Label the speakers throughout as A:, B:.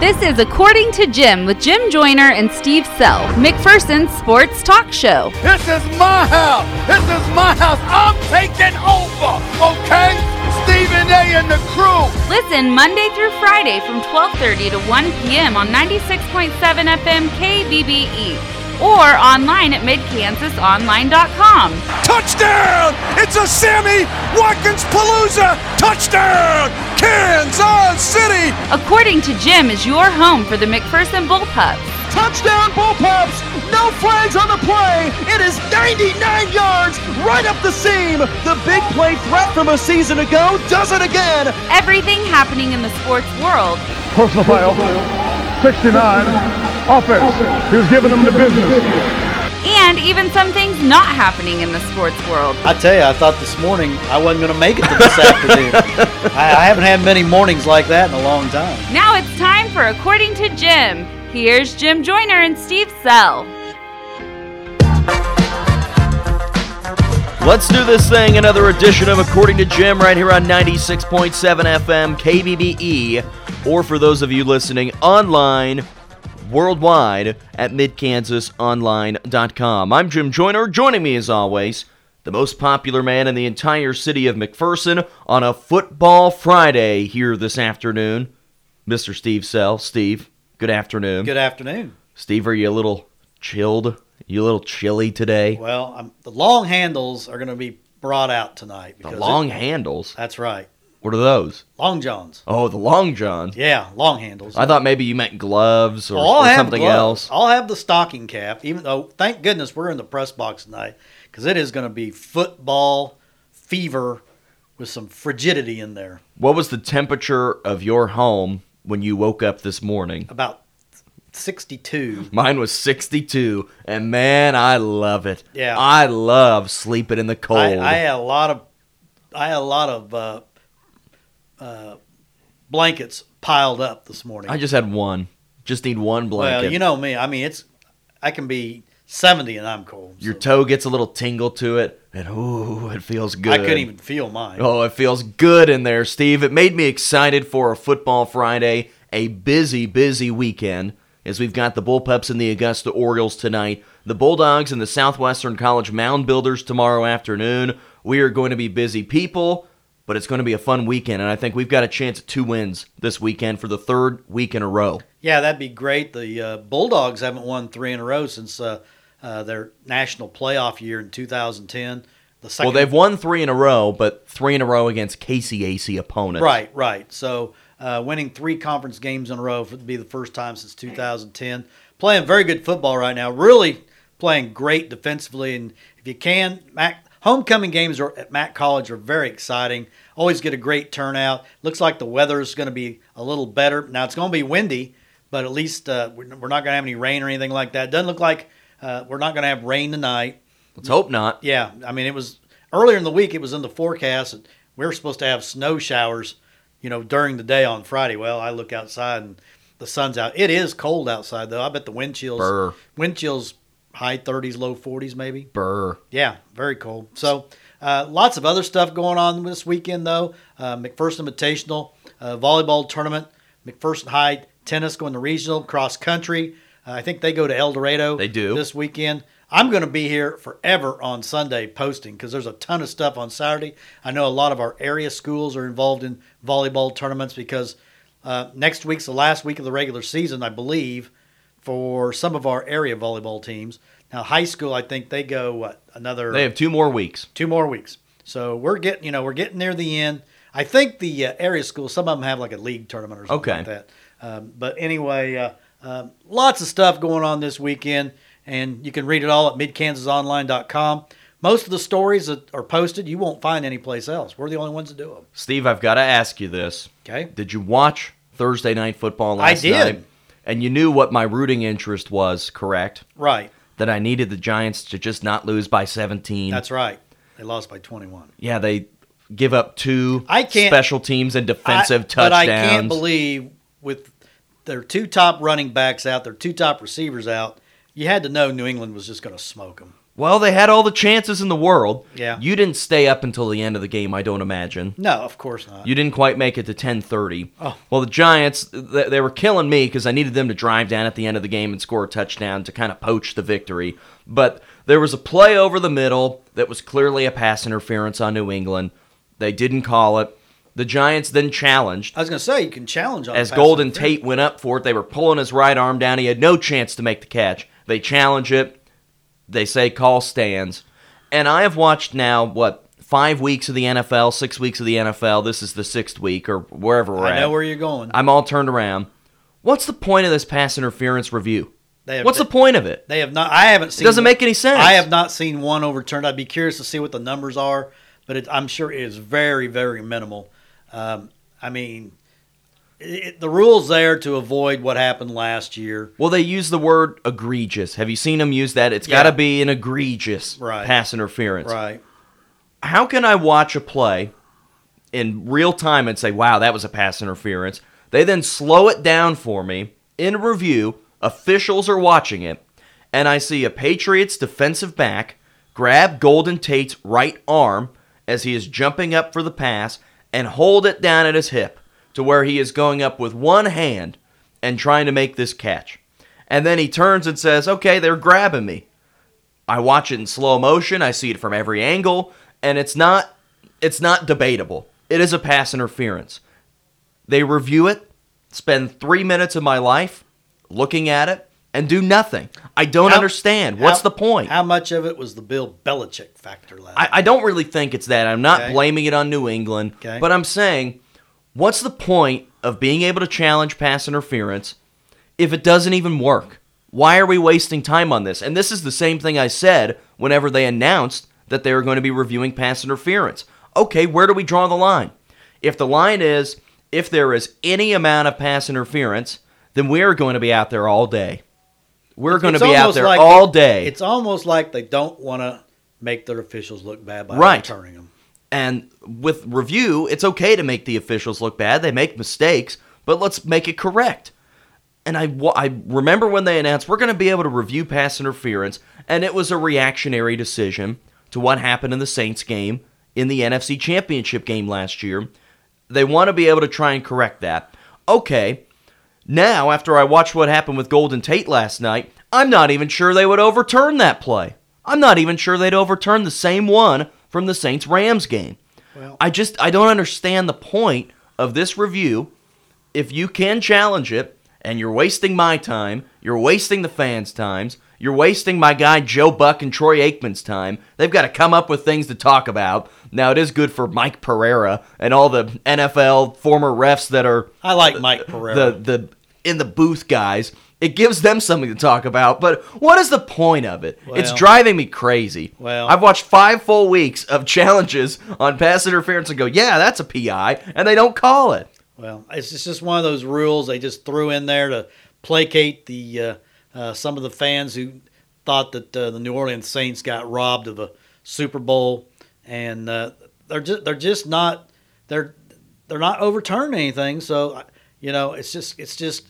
A: This is According to Jim with Jim Joyner and Steve Sell, McPherson's sports talk show.
B: This is my house. This is my house. I'm taking over, okay? Stephen A. and the crew.
A: Listen Monday through Friday from 12:30 to 1 p.m. on 96.7 FM KBBE E or online at midkansasonline.com.
C: Touchdown! It's a Sammy Watkins Palooza! Touchdown! Kansas City!
A: According to Jim is your home for the McPherson Bullpups.
D: Touchdown Bullpups! No flags on the play! It is 99 yards right up the seam! The big play threat from a season ago does it again!
A: Everything happening in the sports world.
B: Personal file, 69, offense. He was giving them the business.
A: And even some things not happening in the sports world.
E: I tell you, I thought this morning I wasn't going to make it to this afternoon. I, I haven't had many mornings like that in a long time.
A: Now it's time for According to Jim. Here's Jim Joyner and Steve Sell.
F: Let's do this thing. Another edition of According to Jim right here on 96.7 FM KBBE, E, or for those of you listening online worldwide at midkansasonline.com. I'm Jim Joyner. Joining me as always, the most popular man in the entire city of McPherson on a football Friday here this afternoon, Mr. Steve Sell. Steve, good afternoon.
E: Good afternoon.
F: Steve, are you a little chilled? You a little chilly today?
E: Well, i the long handles are going to be brought out tonight.
F: The
E: because
F: long
E: it-
F: handles.
E: That's right.
F: What are those?
E: Long Johns.
F: Oh, the long johns.
E: Yeah, long handles.
F: I thought maybe you meant gloves or,
E: Well, I'll
F: or
E: have
F: something
E: gloves.
F: else.
E: I'll have the stocking cap, even though, thank goodness, we're in the press box tonight because it is going to be football fever with some frigidity in there.
F: What was the temperature of your home when you woke up this morning?
E: About 62.
F: Mine was 62, and man, I love it.
E: Yeah.
F: I love sleeping in the cold.
E: I, I had a lot of, I had a lot of uh, uh, blankets piled up this morning.
F: I just had one. Just need one blanket.
E: well, you know me. I mean, it's, I can be 70 and I'm cold.
F: your
E: so
F: toe gets a little tingle to it, and ooh, it feels good.
E: I couldn't even feel mine.
F: Oh, it feels good in there, Steve. It made me excited for a Football Friday, a busy, busy weekend, as we've got the Bullpups and the Augusta Orioles tonight, the Bulldogs and the Southwestern College Mound Builders tomorrow afternoon. We are going to be busy people, but it's going to be a fun weekend, and I think we've got a chance at two wins this weekend for the third week in a row.
E: Yeah, that'd be great. The uh, Bulldogs haven't won three in a row since uh, uh, their national playoff year in 2010. The second,
F: Well, they've won three in a row, but three in a row against KCAC opponents.
E: right, right. So uh, winning three conference games in a row would be the first time since 2010. Playing very good football right now. Really playing great defensively, and if you can, Mac, homecoming games are, at Mac College are very exciting. Always get a great turnout. Looks like the weather is going to be a little better. Now it's going to be windy, but at least uh, we're we're not going to have any rain or anything like that. Doesn't look like uh, we're not going to have rain tonight.
F: Let's hope not.
E: Yeah, I mean, it was earlier in the week. It was in the forecast. And we were supposed to have snow showers, you know, during the day on Friday. Well, I look outside and the sun's out. It is cold outside though. I bet the wind chills.
F: Brr.
E: Wind chills high 30s, low 40s, maybe.
F: Brr.
E: Yeah, very cold. So, uh, lots of other stuff going on this weekend, though. Uh, McPherson Invitational, uh, volleyball tournament, McPherson High tennis going to regional, cross country. Uh, I think they go to El Dorado.
F: They do.
E: This weekend. I'm going to be here forever on Sunday posting because there's a ton of stuff on Saturday. I know a lot of our area schools are involved in volleyball tournaments because uh, next week's the last week of the regular season, I believe, for some of our area volleyball teams. Now, high school, I think they go what another
F: They have two more weeks.
E: two more weeks. So we're getting, you know, we're getting near the end. I think the uh, area schools, some of them have like a league tournament or something
F: Okay.
E: like that. Um, but anyway, uh, um, lots of stuff going on this weekend, and you can read it all at midkansasonline.com. Most of the stories that are posted, you won't find anyplace else. We're the only ones that do them.
F: Steve, I've got to ask you this.
E: Okay.
F: Did you watch Thursday night football last
E: I did.
F: night? And you knew what my rooting interest was, correct?
E: Right.
F: That I needed the Giants to just not lose by 17.
E: That's right. They lost by 21.
F: Yeah, they give up two
E: I can't-
F: special teams and defensive
E: I-
F: touchdowns.
E: But I can't believe with their two top running backs out, their two top receivers out, you had to know New England was just going to smoke them.
F: Well, they had all the chances in the world.
E: Yeah.
F: You didn't stay up until the end of the game, I don't imagine.
E: No, of course not.
F: Uh, You didn't quite make it to 10:30.
E: Oh.
F: Well, the Giants th- they were killing me because I needed them to drive down at the end of the game and score a touchdown to kind of poach the victory. But there was a play over the middle that was clearly a pass interference on New England. They didn't call it. The Giants then challenged
E: I was going to say you can challenge on
F: as
E: the pass
F: Golden
E: interference.
F: Tate went up for it, they were pulling his right arm down. He had no chance to make the catch. They challenge it. They say call stands. And I have watched now, what, five weeks of the NFL, six weeks of the NFL. This is the sixth week or wherever we're
E: I
F: at.
E: know where you're going.
F: I'm all turned around. What's the point of this pass interference review?
E: They have-
F: What's the point of it?
E: They have not. I haven't seen.
F: doesn't make any sense.
E: I have not seen one overturned. I'd be curious to see what the numbers are, but it, I'm sure it is very, very minimal. Um, I mean, it, the rules there to avoid what happened last year.
F: Well, they use the word egregious. Have you seen them use that? It's
E: Yeah.
F: got to be an egregious
E: Right.
F: pass interference.
E: Right.
F: how can I watch a play in real time and say, wow, that was a pass interference? They then slow it down for me in review. Officials are watching it. And I see a Patriots defensive back grab Golden Tate's right arm as he is jumping up for the pass and hold it down at his hip to where he is going up with one hand and trying to make this catch. And then he turns and says, okay, they're grabbing me. I watch it in slow motion. I see it from every angle, and it's not it's not debatable. It is a pass interference. They review it, spend three minutes of my life looking at it, and do nothing. I don't
E: How-
F: understand. What's
E: How-
F: the point?
E: How much of it was the Bill Belichick factor last?
F: I, I don't really think it's that. I'm not
E: Okay.
F: blaming it on New England,
E: Okay.
F: but I'm saying, what's the point of being able to challenge pass interference if it doesn't even work? Why are we wasting time on this? And this is the same thing I said whenever they announced that they were going to be reviewing pass interference. Okay, where do we draw the line? If the line is if there is any amount of pass interference, then we are going to be out there all day. We're going to
E: It's
F: be out
E: almost
F: there
E: like-
F: all day.
E: It's almost like they don't want to make their officials look bad by
F: Right.
E: overturning them.
F: And with review, it's okay to make the officials look bad. They make mistakes, but let's make it correct. And I, wa- I remember when they announced we're going to be able to review pass interference, and it was a reactionary decision to what happened in the Saints game in the NFC Championship game last year. They want to be able to try and correct that. Okay, now after I watched what happened with Golden Tate last night, I'm not even sure they would overturn that play. I'm not even sure they'd overturn the same one from the Saints Rams game.
E: Well-
F: I just I don't understand the point of this review. If you can challenge it and you're wasting my time, you're wasting the fans' times, you're wasting my guy Joe Buck and Troy Aikman's time. They've got to come up with things to talk about. Now it is good for Mike Pereira and all the NFL former refs that are
E: I like Mike Pereira.
F: the the in the booth guys. It gives them something to talk about, but what is the point of it? it's
E: Well-
F: driving me crazy.
E: Well-
F: I've watched five full weeks of challenges on pass interference and go, yeah, that's a PI, and they don't call it.
E: Well, it's it's just one of those rules they just threw in there to placate the uh, uh, some of the fans who thought that uh, the New Orleans Saints got robbed of a Super Bowl, and uh, they're just they're just not they're they're not overturning anything. So uh, you know, it's just it's just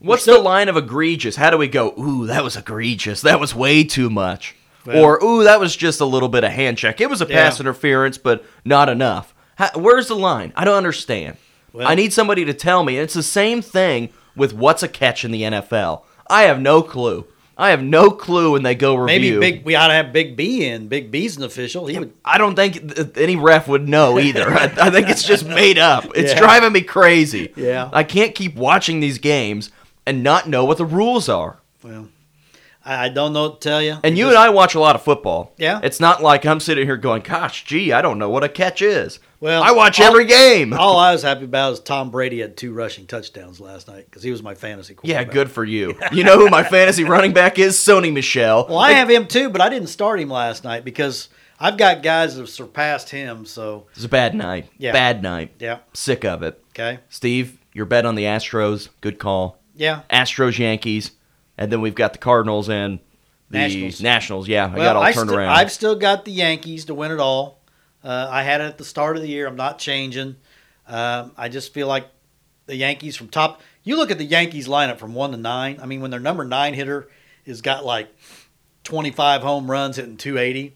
F: What's the line of egregious? How do we go? Ooh, that was egregious. That was way too much. or ooh, that was just a little bit of hand check. It was a pass
E: Yeah.
F: interference, but not enough. How, where's the line? I don't understand.
E: Well-
F: I need somebody to tell me. It's the same thing with what's a catch in the NFL. I have no clue. I have no clue when they go
E: maybe
F: review.
E: big. We ought to have Big B in. Big B's an official. He would.
F: I don't think th- any ref would know either. I, I think it's just made up. It's
E: Yeah.
F: driving me crazy.
E: Yeah.
F: I can't keep watching these games and not know what the rules are.
E: Well, I, I don't know what to tell you.
F: And you and I watch a lot of football.
E: Yeah.
F: It's not like I'm sitting here going, gosh, gee, I don't know what a catch is.
E: Well,
F: I watch
E: all-
F: every game.
E: All I was happy about is Tom Brady had two rushing touchdowns last night because he was my fantasy
F: yeah,
E: quarterback.
F: good for you. You know who my fantasy running back is? Sony Michelle.
E: Well, I have him too, but I didn't start him last night because I've got guys that have surpassed him. So
F: It's a bad night.
E: Yeah.
F: Bad night.
E: yeah,
F: Sick of it.
E: okay,
F: Steve, your bet on the Astros, good call.
E: yeah.
F: Astros, Yankees, and then we've got the Cardinals and the
E: Nationals.
F: Yeah, I
E: Well,
F: got all
E: I
F: turned
E: sti-
F: around.
E: I've still got the Yankees to win it all. Uh, I had it at the start of the year. I'm not changing. Um, I just feel like the Yankees from top. You look at the Yankees lineup from one to nine. I mean, when their number nine hitter has got like 25 home runs, hitting 280.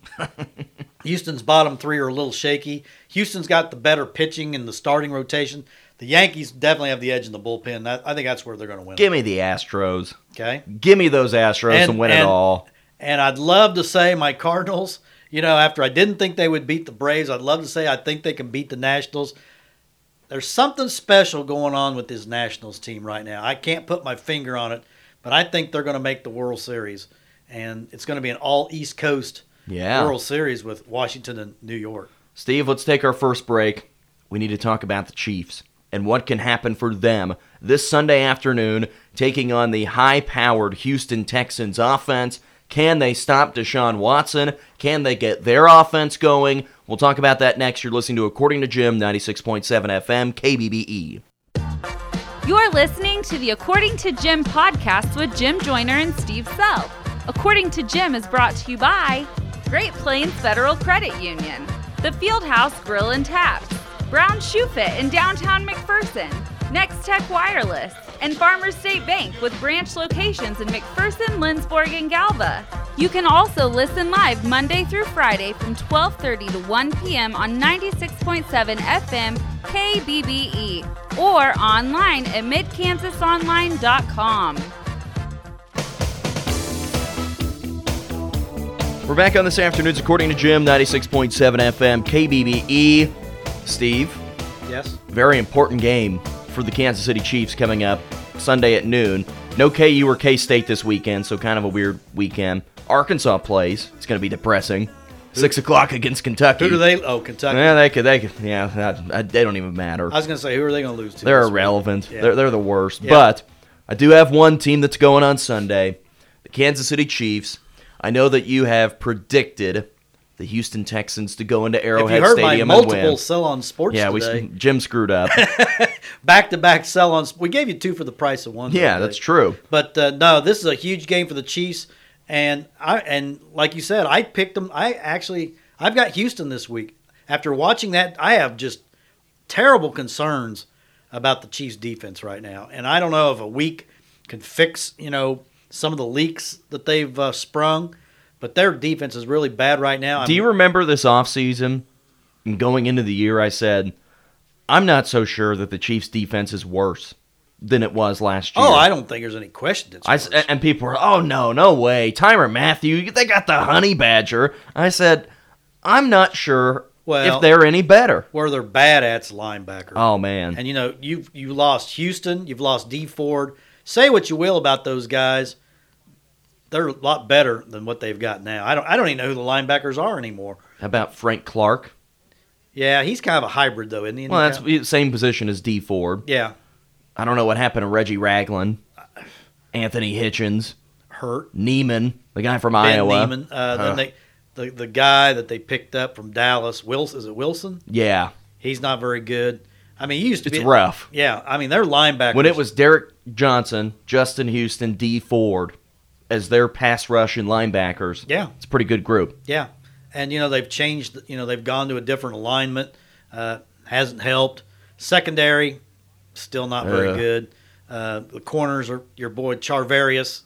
E: Houston's bottom three are a little shaky. Houston's got the better pitching in the starting rotation. The Yankees definitely have the edge in the bullpen. That- I think that's where they're going to win.
F: Give me the Astros.
E: Okay.
F: Give me those Astros and, win it all.
E: And I'd love to say my Cardinals, you know, after I didn't think they would beat the Braves, I'd love to say I think they can beat the Nationals. There's something special going on with this Nationals team right now. I can't put my finger on it, but I think they're going to make the World Series. And it's going to be an all East Coast
F: Yeah.
E: World Series with Washington and New York.
F: Steve, let's take our first break. We need to talk about the Chiefs and what can happen for them this Sunday afternoon, taking on the high powered Houston Texans offense. Can they stop Deshaun Watson? Can they get their offense going? We'll talk about that next. You're listening to According to Jim, 96.7 FM, KBBE.
A: You're listening to the According to Jim podcast with Jim Joyner and Steve Self. According to Jim is brought to you by Great Plains Federal Credit Union, The Fieldhouse Grill and Taps, Brown Shoe Fit in downtown McPherson, Next Tech Wireless, and Farmer State Bank with branch locations in McPherson, Lindsborg, and Galva. You can also listen live Monday through Friday from 12:30 to 1 p.m. on 96.7 FM KBBE E or online at midkansasonline.com.
F: We're back on this afternoon's According to Jim, 96.7 FM, KBBE. E. Steve,
E: Yes?
F: very important game for the Kansas City Chiefs coming up Sunday at noon. No KU or K State this weekend, so kind of a weird weekend. Arkansas plays. It's going to be depressing. Six o'clock against Kentucky.
E: Who do they? Oh, Kentucky.
F: Yeah, they could. They could. Yeah, that, that- they don't even matter.
E: I was going to say, who are they going to lose to?
F: They're
E: this week?
F: irrelevant.
E: Yeah.
F: They're, they're the worst.
E: Yeah.
F: But I do have one team that's going on Sunday the Kansas City Chiefs. I know that you have predicted the Houston Texans to go into
E: If
F: Arrowhead
E: you heard my
F: Stadium and
E: multiple
F: win.
E: sell on sports
F: Yeah,
E: today,
F: we Jim screwed up.
E: back to back sell on. We gave you two for the price of one.
F: yeah,
E: today.
F: that's true.
E: But uh, no, this is a huge game for the Chiefs, and I and like you said, I picked them. I actually I've got Houston this week. After watching that, I have just terrible concerns about the Chiefs' defense right now, and I don't know if a week can fix you know some of the leaks that they've uh, sprung. But their defense is really bad right now.
F: Do you remember this offseason and going into the year? I said, I'm not so sure that the Chiefs' defense is worse than it was last year.
E: Oh, I don't think there's any question. It's
F: I s-
E: worse.
F: and people were, oh no, no way, Tyron Matthew, they got the honey badger. I said, I'm not sure
E: Well-
F: if they're any better.
E: where they're bad at's linebacker.
F: Oh man,
E: And you know, you've you lost Houston, you've lost D Ford. Say what you will about those guys. They're a lot better than what they've got now. I don't I don't even know who the linebackers are anymore.
F: How about Frank Clark?
E: Yeah, he's kind of a hybrid though, isn't he?
F: Well, that's the same position as D Ford.
E: yeah,
F: I don't know what happened to Reggie Ragland, Anthony Hitchens,
E: hurt.
F: Neiman, the guy from
E: Ben
F: Iowa.
E: Neiman. Uh,
F: Huh.
E: then they the, the guy that they picked up from Dallas, Wilson is it Wilson?
F: Yeah,
E: He's not very good. I mean, he used to
F: it's
E: be
F: rough.
E: Yeah, I mean, they're linebackers.
F: When it was Derek Johnson, Justin Houston, D Ford as their pass rush and linebackers,
E: Yeah.
F: it's a pretty good group.
E: Yeah, and you know they've changed. You know they've gone to a different alignment. Uh, hasn't helped. Secondary, still not very
F: Yeah.
E: good. Uh, the corners are your boy Charvarius.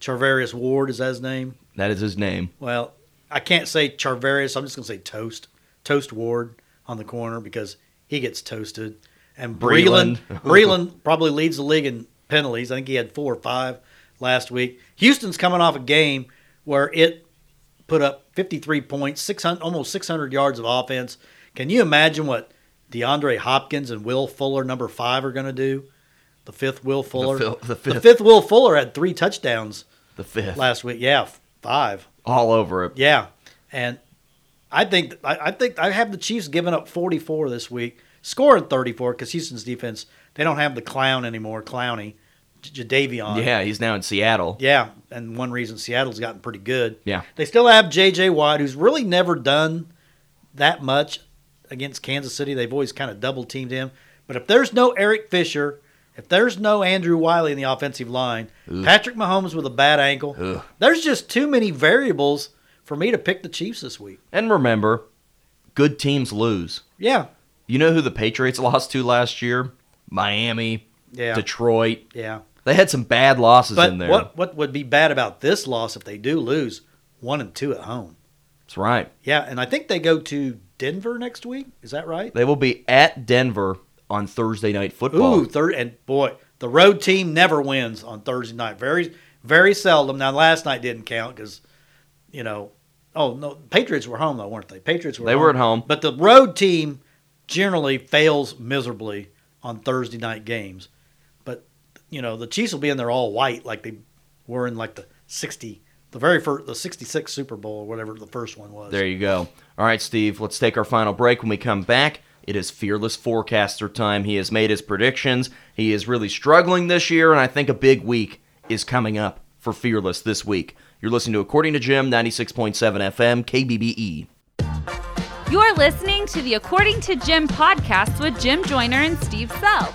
E: Charvarius Ward is that his name?
F: That is his name.
E: Well, I can't say Charvarius. I'm just gonna say Toast. Toast Ward on the corner because he gets toasted. And Breland,
F: Breland.
E: Breland probably leads the league in penalties. I think he had four or five last week. Houston's coming off a game where it put up 53 points, 600, almost 600 yards of offense. Can you imagine what DeAndre Hopkins and Will Fuller, number five, are going to do? The fifth Will Fuller.
F: fil- the fifth.
E: Will Fuller had three touchdowns
F: The fifth.
E: last week. Yeah, f- five.
F: all over it.
E: Yeah, and I think I, I think I have the Chiefs giving up 44 this week, scoring 34 because Houston's defense they don't have the clown anymore, Clowney, J- Jadavion.
F: Yeah, he's now in Seattle.
E: yeah, and one reason Seattle's gotten pretty good.
F: Yeah.
E: they still have J.J. Watt, who's really never done that much against Kansas City. They've always kind of double teamed him. But if there's no Eric Fisher, if there's no Andrew Wiley in the offensive line, Patrick Mahomes with a bad ankle,
F: Ugh.
E: there's just too many variables for me to pick the Chiefs this week.
F: And remember, good teams lose.
E: Yeah,
F: You know who the Patriots lost to last year? Miami,
E: yeah,
F: Detroit.
E: yeah.
F: They had some bad losses
E: But
F: in there.
E: what what would be bad about this loss if they do lose? one and two at home.
F: That's right.
E: Yeah, and I think they go to Denver next week. Is that right?
F: They will be at Denver on Thursday night football.
E: Ooh, third and boy, the road team never wins on Thursday night. Very, very seldom. Now last night didn't count because, you know, oh no, Patriots were home though, weren't they? Patriots were.
F: They were at home.
E: but the road team generally fails miserably on Thursday night games. But you know, the Chiefs will be in there all white like they were in like the sixty, the very first, the sixty-six Super Bowl or whatever the first one was.
F: There you go. All right, Steve, let's take our final break. When we come back, it is fearless forecaster time. He has made his predictions. He is really struggling this year, and I think a big week is coming up for Fearless this week. You're listening to According to Jim, 96.7 FM, KBBE.
A: You're listening to the According to Jim podcast with Jim Joyner and Steve Self.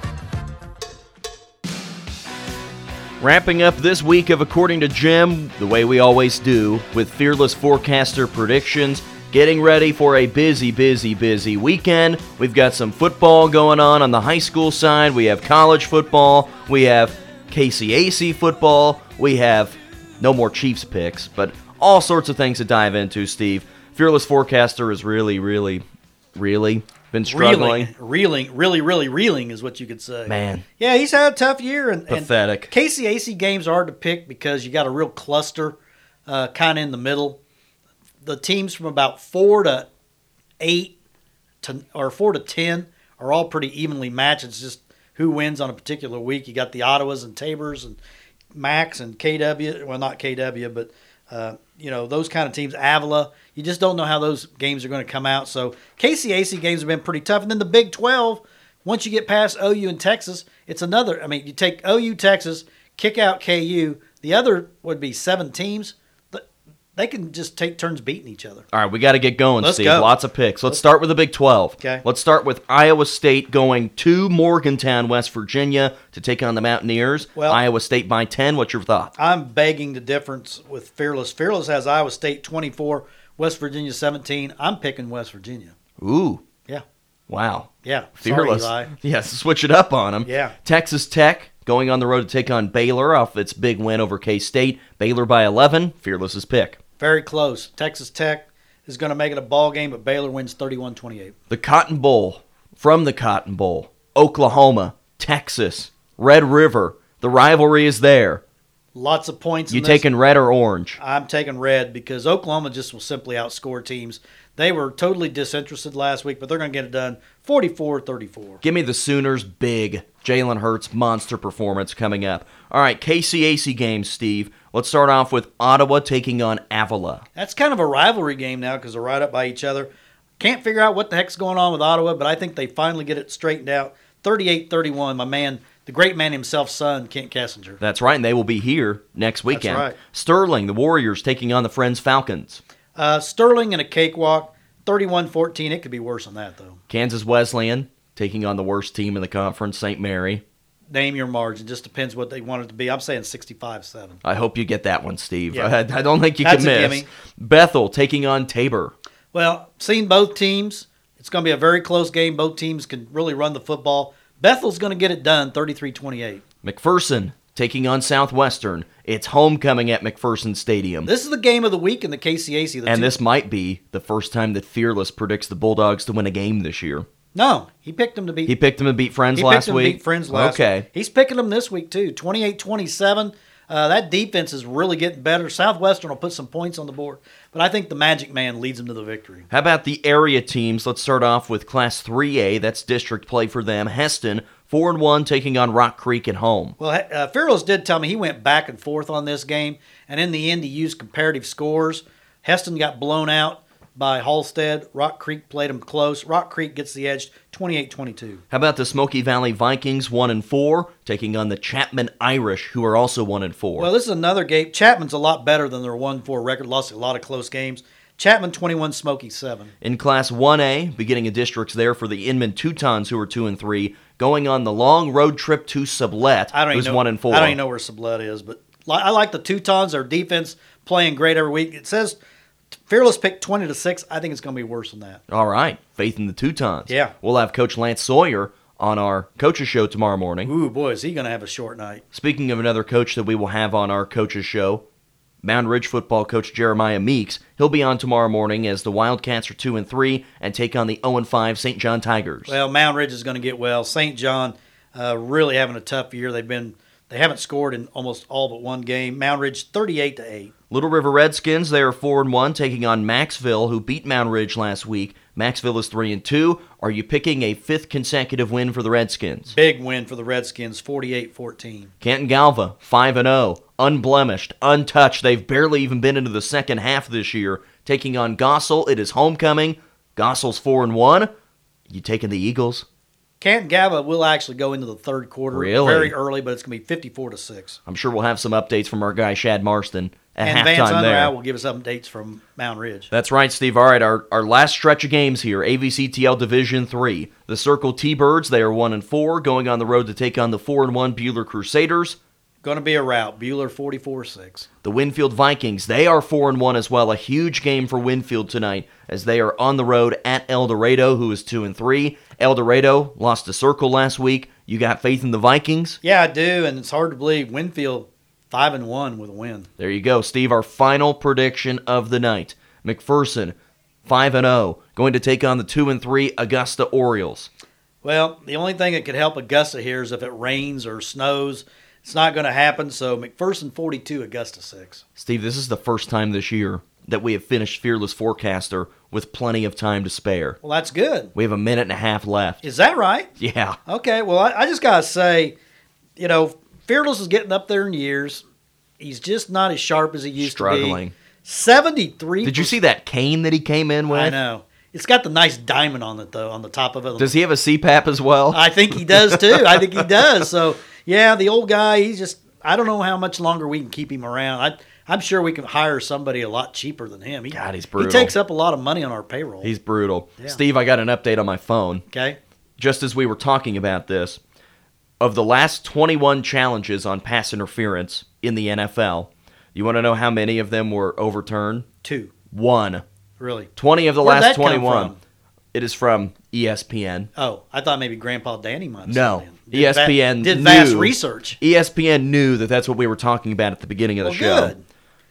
F: Wrapping up this week of According to Jim, the way we always do, with fearless forecaster predictions, getting ready for a busy, busy, busy weekend. We've got some football going on on the high school side, we have college football, we have KCAC football, we have no more Chiefs picks, but all sorts of things to dive into, Steve. Fearless Forecaster is really, really, really been struggling.
E: Reeling, reeling, really, really reeling is what you could say.
F: Man.
E: yeah, he's had a tough year and and
F: Pathetic.
E: KCAC games are hard to pick because you got a real cluster, uh, kind of in the middle. The teams from about four to eight to or four to ten are all pretty evenly matched. It's just who wins on a particular week. You got the Ottawas and Tabers and Max and KW. Well, not KW, but uh, you know those kind of teams. Avila. You just don't know how those games are going to come out. So KCAC games have been pretty tough. And then the Big Twelve. Once you get past OU and Texas, it's another. I mean, you take OU, Texas, kick out KU. The other would be seven teams. Th- They can just take turns beating each other.
F: All right, we got to get going,
E: Let's
F: Steve.
E: go.
F: Lots of picks. Let's start with the Big 12.
E: Okay.
F: Let's start with Iowa State going to Morgantown, West Virginia to take on the Mountaineers.
E: Well-
F: Iowa State by 10. What's your thought?
E: I'm begging the difference with Fearless. Fearless has Iowa State 24, West Virginia 17. I'm picking West Virginia.
F: Ooh.
E: Yeah.
F: Wow.
E: Yeah.
F: Fearless.
E: Sorry, Eli.
F: Yes, switch it up on them.
E: Yeah.
F: Texas Tech going on the road to take on Baylor off its big win over K State. Baylor by 11. Fearless's pick.
E: Very close. Texas Tech is going to make it a ball game, but Baylor wins 31 28.
F: The Cotton Bowl, from the Cotton Bowl, Oklahoma, Texas, Red River. The rivalry is there.
E: Lots of points.
F: You
E: in this.
F: taking red or orange?
E: I'm taking red because Oklahoma just will simply outscore teams. They were totally disinterested last week, but they're going to get it done 44 34.
F: Give me the Sooners' big Jalen Hurts monster performance coming up. All right, KCAC games, Steve. Let's start off with Ottawa taking on Avila.
E: That's kind of a rivalry game now because they're right up by each other. Can't figure out what the heck's going on with Ottawa, but I think they finally get it straightened out. 38 31, my man, the great man himself, son, Kent Kessinger.
F: That's right, and they will be here next weekend.
E: right.
F: Sterling, the Warriors taking on the Friends Falcons.
E: Uh, Sterling in a cakewalk, 31 14. It could be worse than that, though.
F: Kansas Wesleyan taking on the worst team in the conference, St. Mary.
E: Name your margin. Just depends what they want it to be. I'm saying 65 7.
F: I hope you get that one, Steve.
E: Yeah.
F: I, I don't think you
E: That's
F: can
E: a
F: miss.
E: gimme.
F: Bethel taking on Tabor.
E: Well, seen both teams. It's going to be a very close game. Both teams can really run the football. Bethel's going to get it done 33 28.
F: McPherson taking on Southwestern. It's homecoming at McPherson Stadium.
E: This is the game of the week in the KCAC. The
F: And
E: two-
F: this might be the first time that Fearless predicts the Bulldogs to win a game this year.
E: No, he picked them to beat.
F: He picked them to beat Friends
E: He
F: last
E: picked them
F: week.
E: to beat Friends last
F: okay.
E: week. He's picking them this week, too. 28 27. Uh, that defense is really getting better. Southwestern will put some points on the board, but I think the Magic Man leads them to the victory.
F: How about the area teams? Let's start off with Class 3A. That's district play for them. Heston, 4 and 1, taking on Rock Creek at home.
E: Well, uh, Fearless did tell me he went back and forth on this game, and in the end, he used comparative scores. Heston got blown out by Halstead. Rock Creek played him close. Rock Creek gets the edge 28 22.
F: How about the Smoky Valley Vikings, 1 and 4, taking on the Chapman Irish, who are also 1 and 4.
E: Well, this is another game. Chapman's a lot better than their 1 4 record, lost a lot of close games. Chapman 21, Smoky 7.
F: In Class 1A, beginning of districts there for the Inman Teutons, who are 2 and 3, going on the long road trip to Sublette,
E: I don't
F: who's
E: even know,
F: 1 and 4.
E: I don't even know where Sublette is, but li- I like the Teutons. Their defense playing great every week. It says Fearless pick 20 to 6. I think it's going to be worse than that.
F: All right, faith in the Teutons.
E: Yeah.
F: We'll have Coach Lance Sawyer on our coaches show tomorrow morning.
E: Ooh, boy, is he going to have a short night.
F: Speaking of another coach that we will have on our coaches show, Mound Ridge football coach Jeremiah Meeks. He'll be on tomorrow morning as the Wildcats are 2 and 3 and take on the 0 and 5 St. John Tigers.
E: Well, Mound Ridge is going to get well. St. John uh, really having a tough year. They've been they haven't scored in almost all but one game. Mound Ridge 38 to 8.
F: Little River Redskins, they are four and one, taking on Maxville, who beat Mound Ridge last week. Maxville is three and two. Are you picking a fifth consecutive win for the Redskins?
E: Big win for the Redskins 48-14.
F: Canton Galva, five and zero, unblemished, untouched. They've barely even been into the second half this year. Taking on Gossel, it is homecoming. Gossel's four and one. You taking the Eagles?
E: Canton Gaba will actually go into the third quarter
F: Really?
E: very early, but it's going to be 54 to 6.
F: I'm sure we'll have some updates from our guy Shad Marston at
E: And Van
F: halftime there.
E: Sunderau will give us updates from Mound Ridge.
F: That's right, Steve. All right, our, our last stretch of games here, AVCTL Division Three. The Circle T Birds, they are one and four, going on the road to take on the four and one Bueller Crusaders.
E: Going to be a rout. Bueller 44 6.
F: The Winfield Vikings, they are four and one as well. A huge game for Winfield tonight as they are on the road at El Dorado, who is two and three. El Dorado lost to Circle last week. You got faith in the Vikings?
E: Yeah, I do, and it's hard to believe Winfield 5 and 1 with a win.
F: There you go, Steve. Our final prediction of the night: McPherson, five and zero, going to take on the two and three Augusta Orioles.
E: Well, the only thing that could help Augusta here is if it rains or snows. It's not going to happen, so McPherson 42, Augusta 6.
F: Steve, this is the first time this year that we have finished Fearless Forecaster with plenty of time to spare.
E: Well, that's good.
F: We have a minute and a half left.
E: Is that right?
F: Yeah.
E: Okay, well, I, I just got to say, you know, Fearless is getting up there in years. He's just not as sharp as he used to
F: Struggling.
E: be. 73.
F: Did you see that cane that he came in with?
E: I know. It's got the nice diamond on it, though, on the top of it.
F: Does he have a CPAP as well?
E: I think he does too. I think he does. So yeah, the old guy. He's just. I don't know how much longer we can keep him around. I. I'm sure we can hire somebody a lot cheaper than him. He,
F: God, he's brutal.
E: He takes up a lot of money on our payroll.
F: He's brutal. Steve, I got an update on my phone.
E: okay.
F: Just as we were talking about this, of the last 21 challenges on pass interference in the NFL, you want to know how many of them were overturned?
E: Two
F: One.
E: really.
F: 20 of the
E: Where'd
F: last
E: that come
F: 21.
E: from?
F: It is from E ESPN.
E: Oh, I thought maybe Grandpa Danny might. Have
F: No. E
E: sent it in. Did va- did
F: ESPN knew- E
E: vast research.
F: ESPN knew that that's what we were talking about at the beginning of the
E: Well,
F: show.
E: good.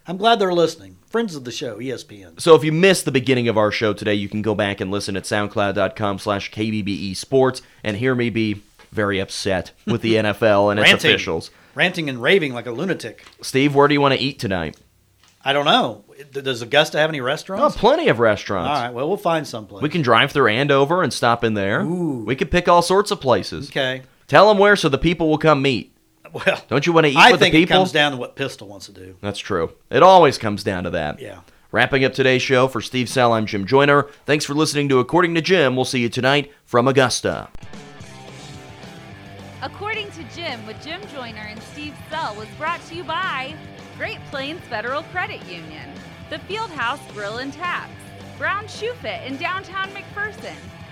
E: I'm glad they're listening. Friends of the show, E ESPN.
F: So if you missed the beginning of our show today, you can go back and listen at soundcloud.com slash KBBE E Sports and hear me be very upset with the NFL and its
E: Ranting.
F: officials.
E: Ranting and raving like a lunatic.
F: Steve, where do you want to eat tonight?
E: I don't know. Does Augusta have any
F: Oh,
E: restaurants?
F: plenty of restaurants.
E: All right. Well, we'll find someplace.
F: We can drive through Andover and stop in there.
E: Ooh.
F: We could pick all sorts of places.
E: okay.
F: Tell them where so the people will come meet.
E: Well,
F: Don't you want to eat
E: I
F: with
E: think
F: the
E: it
F: people?
E: comes down to what Pistol wants to do.
F: That's true. It always comes down to that.
E: Yeah.
F: Wrapping up today's show for Steve Sell, I'm Jim Joyner. Thanks for listening to According to Jim. We'll see you tonight from Augusta.
A: According to Jim, with Jim Joyner and Steve Sell, was brought to you by Great Plains Federal Credit Union, The Fieldhouse Grill and Taps, Brown Shoe Fit in downtown McPherson,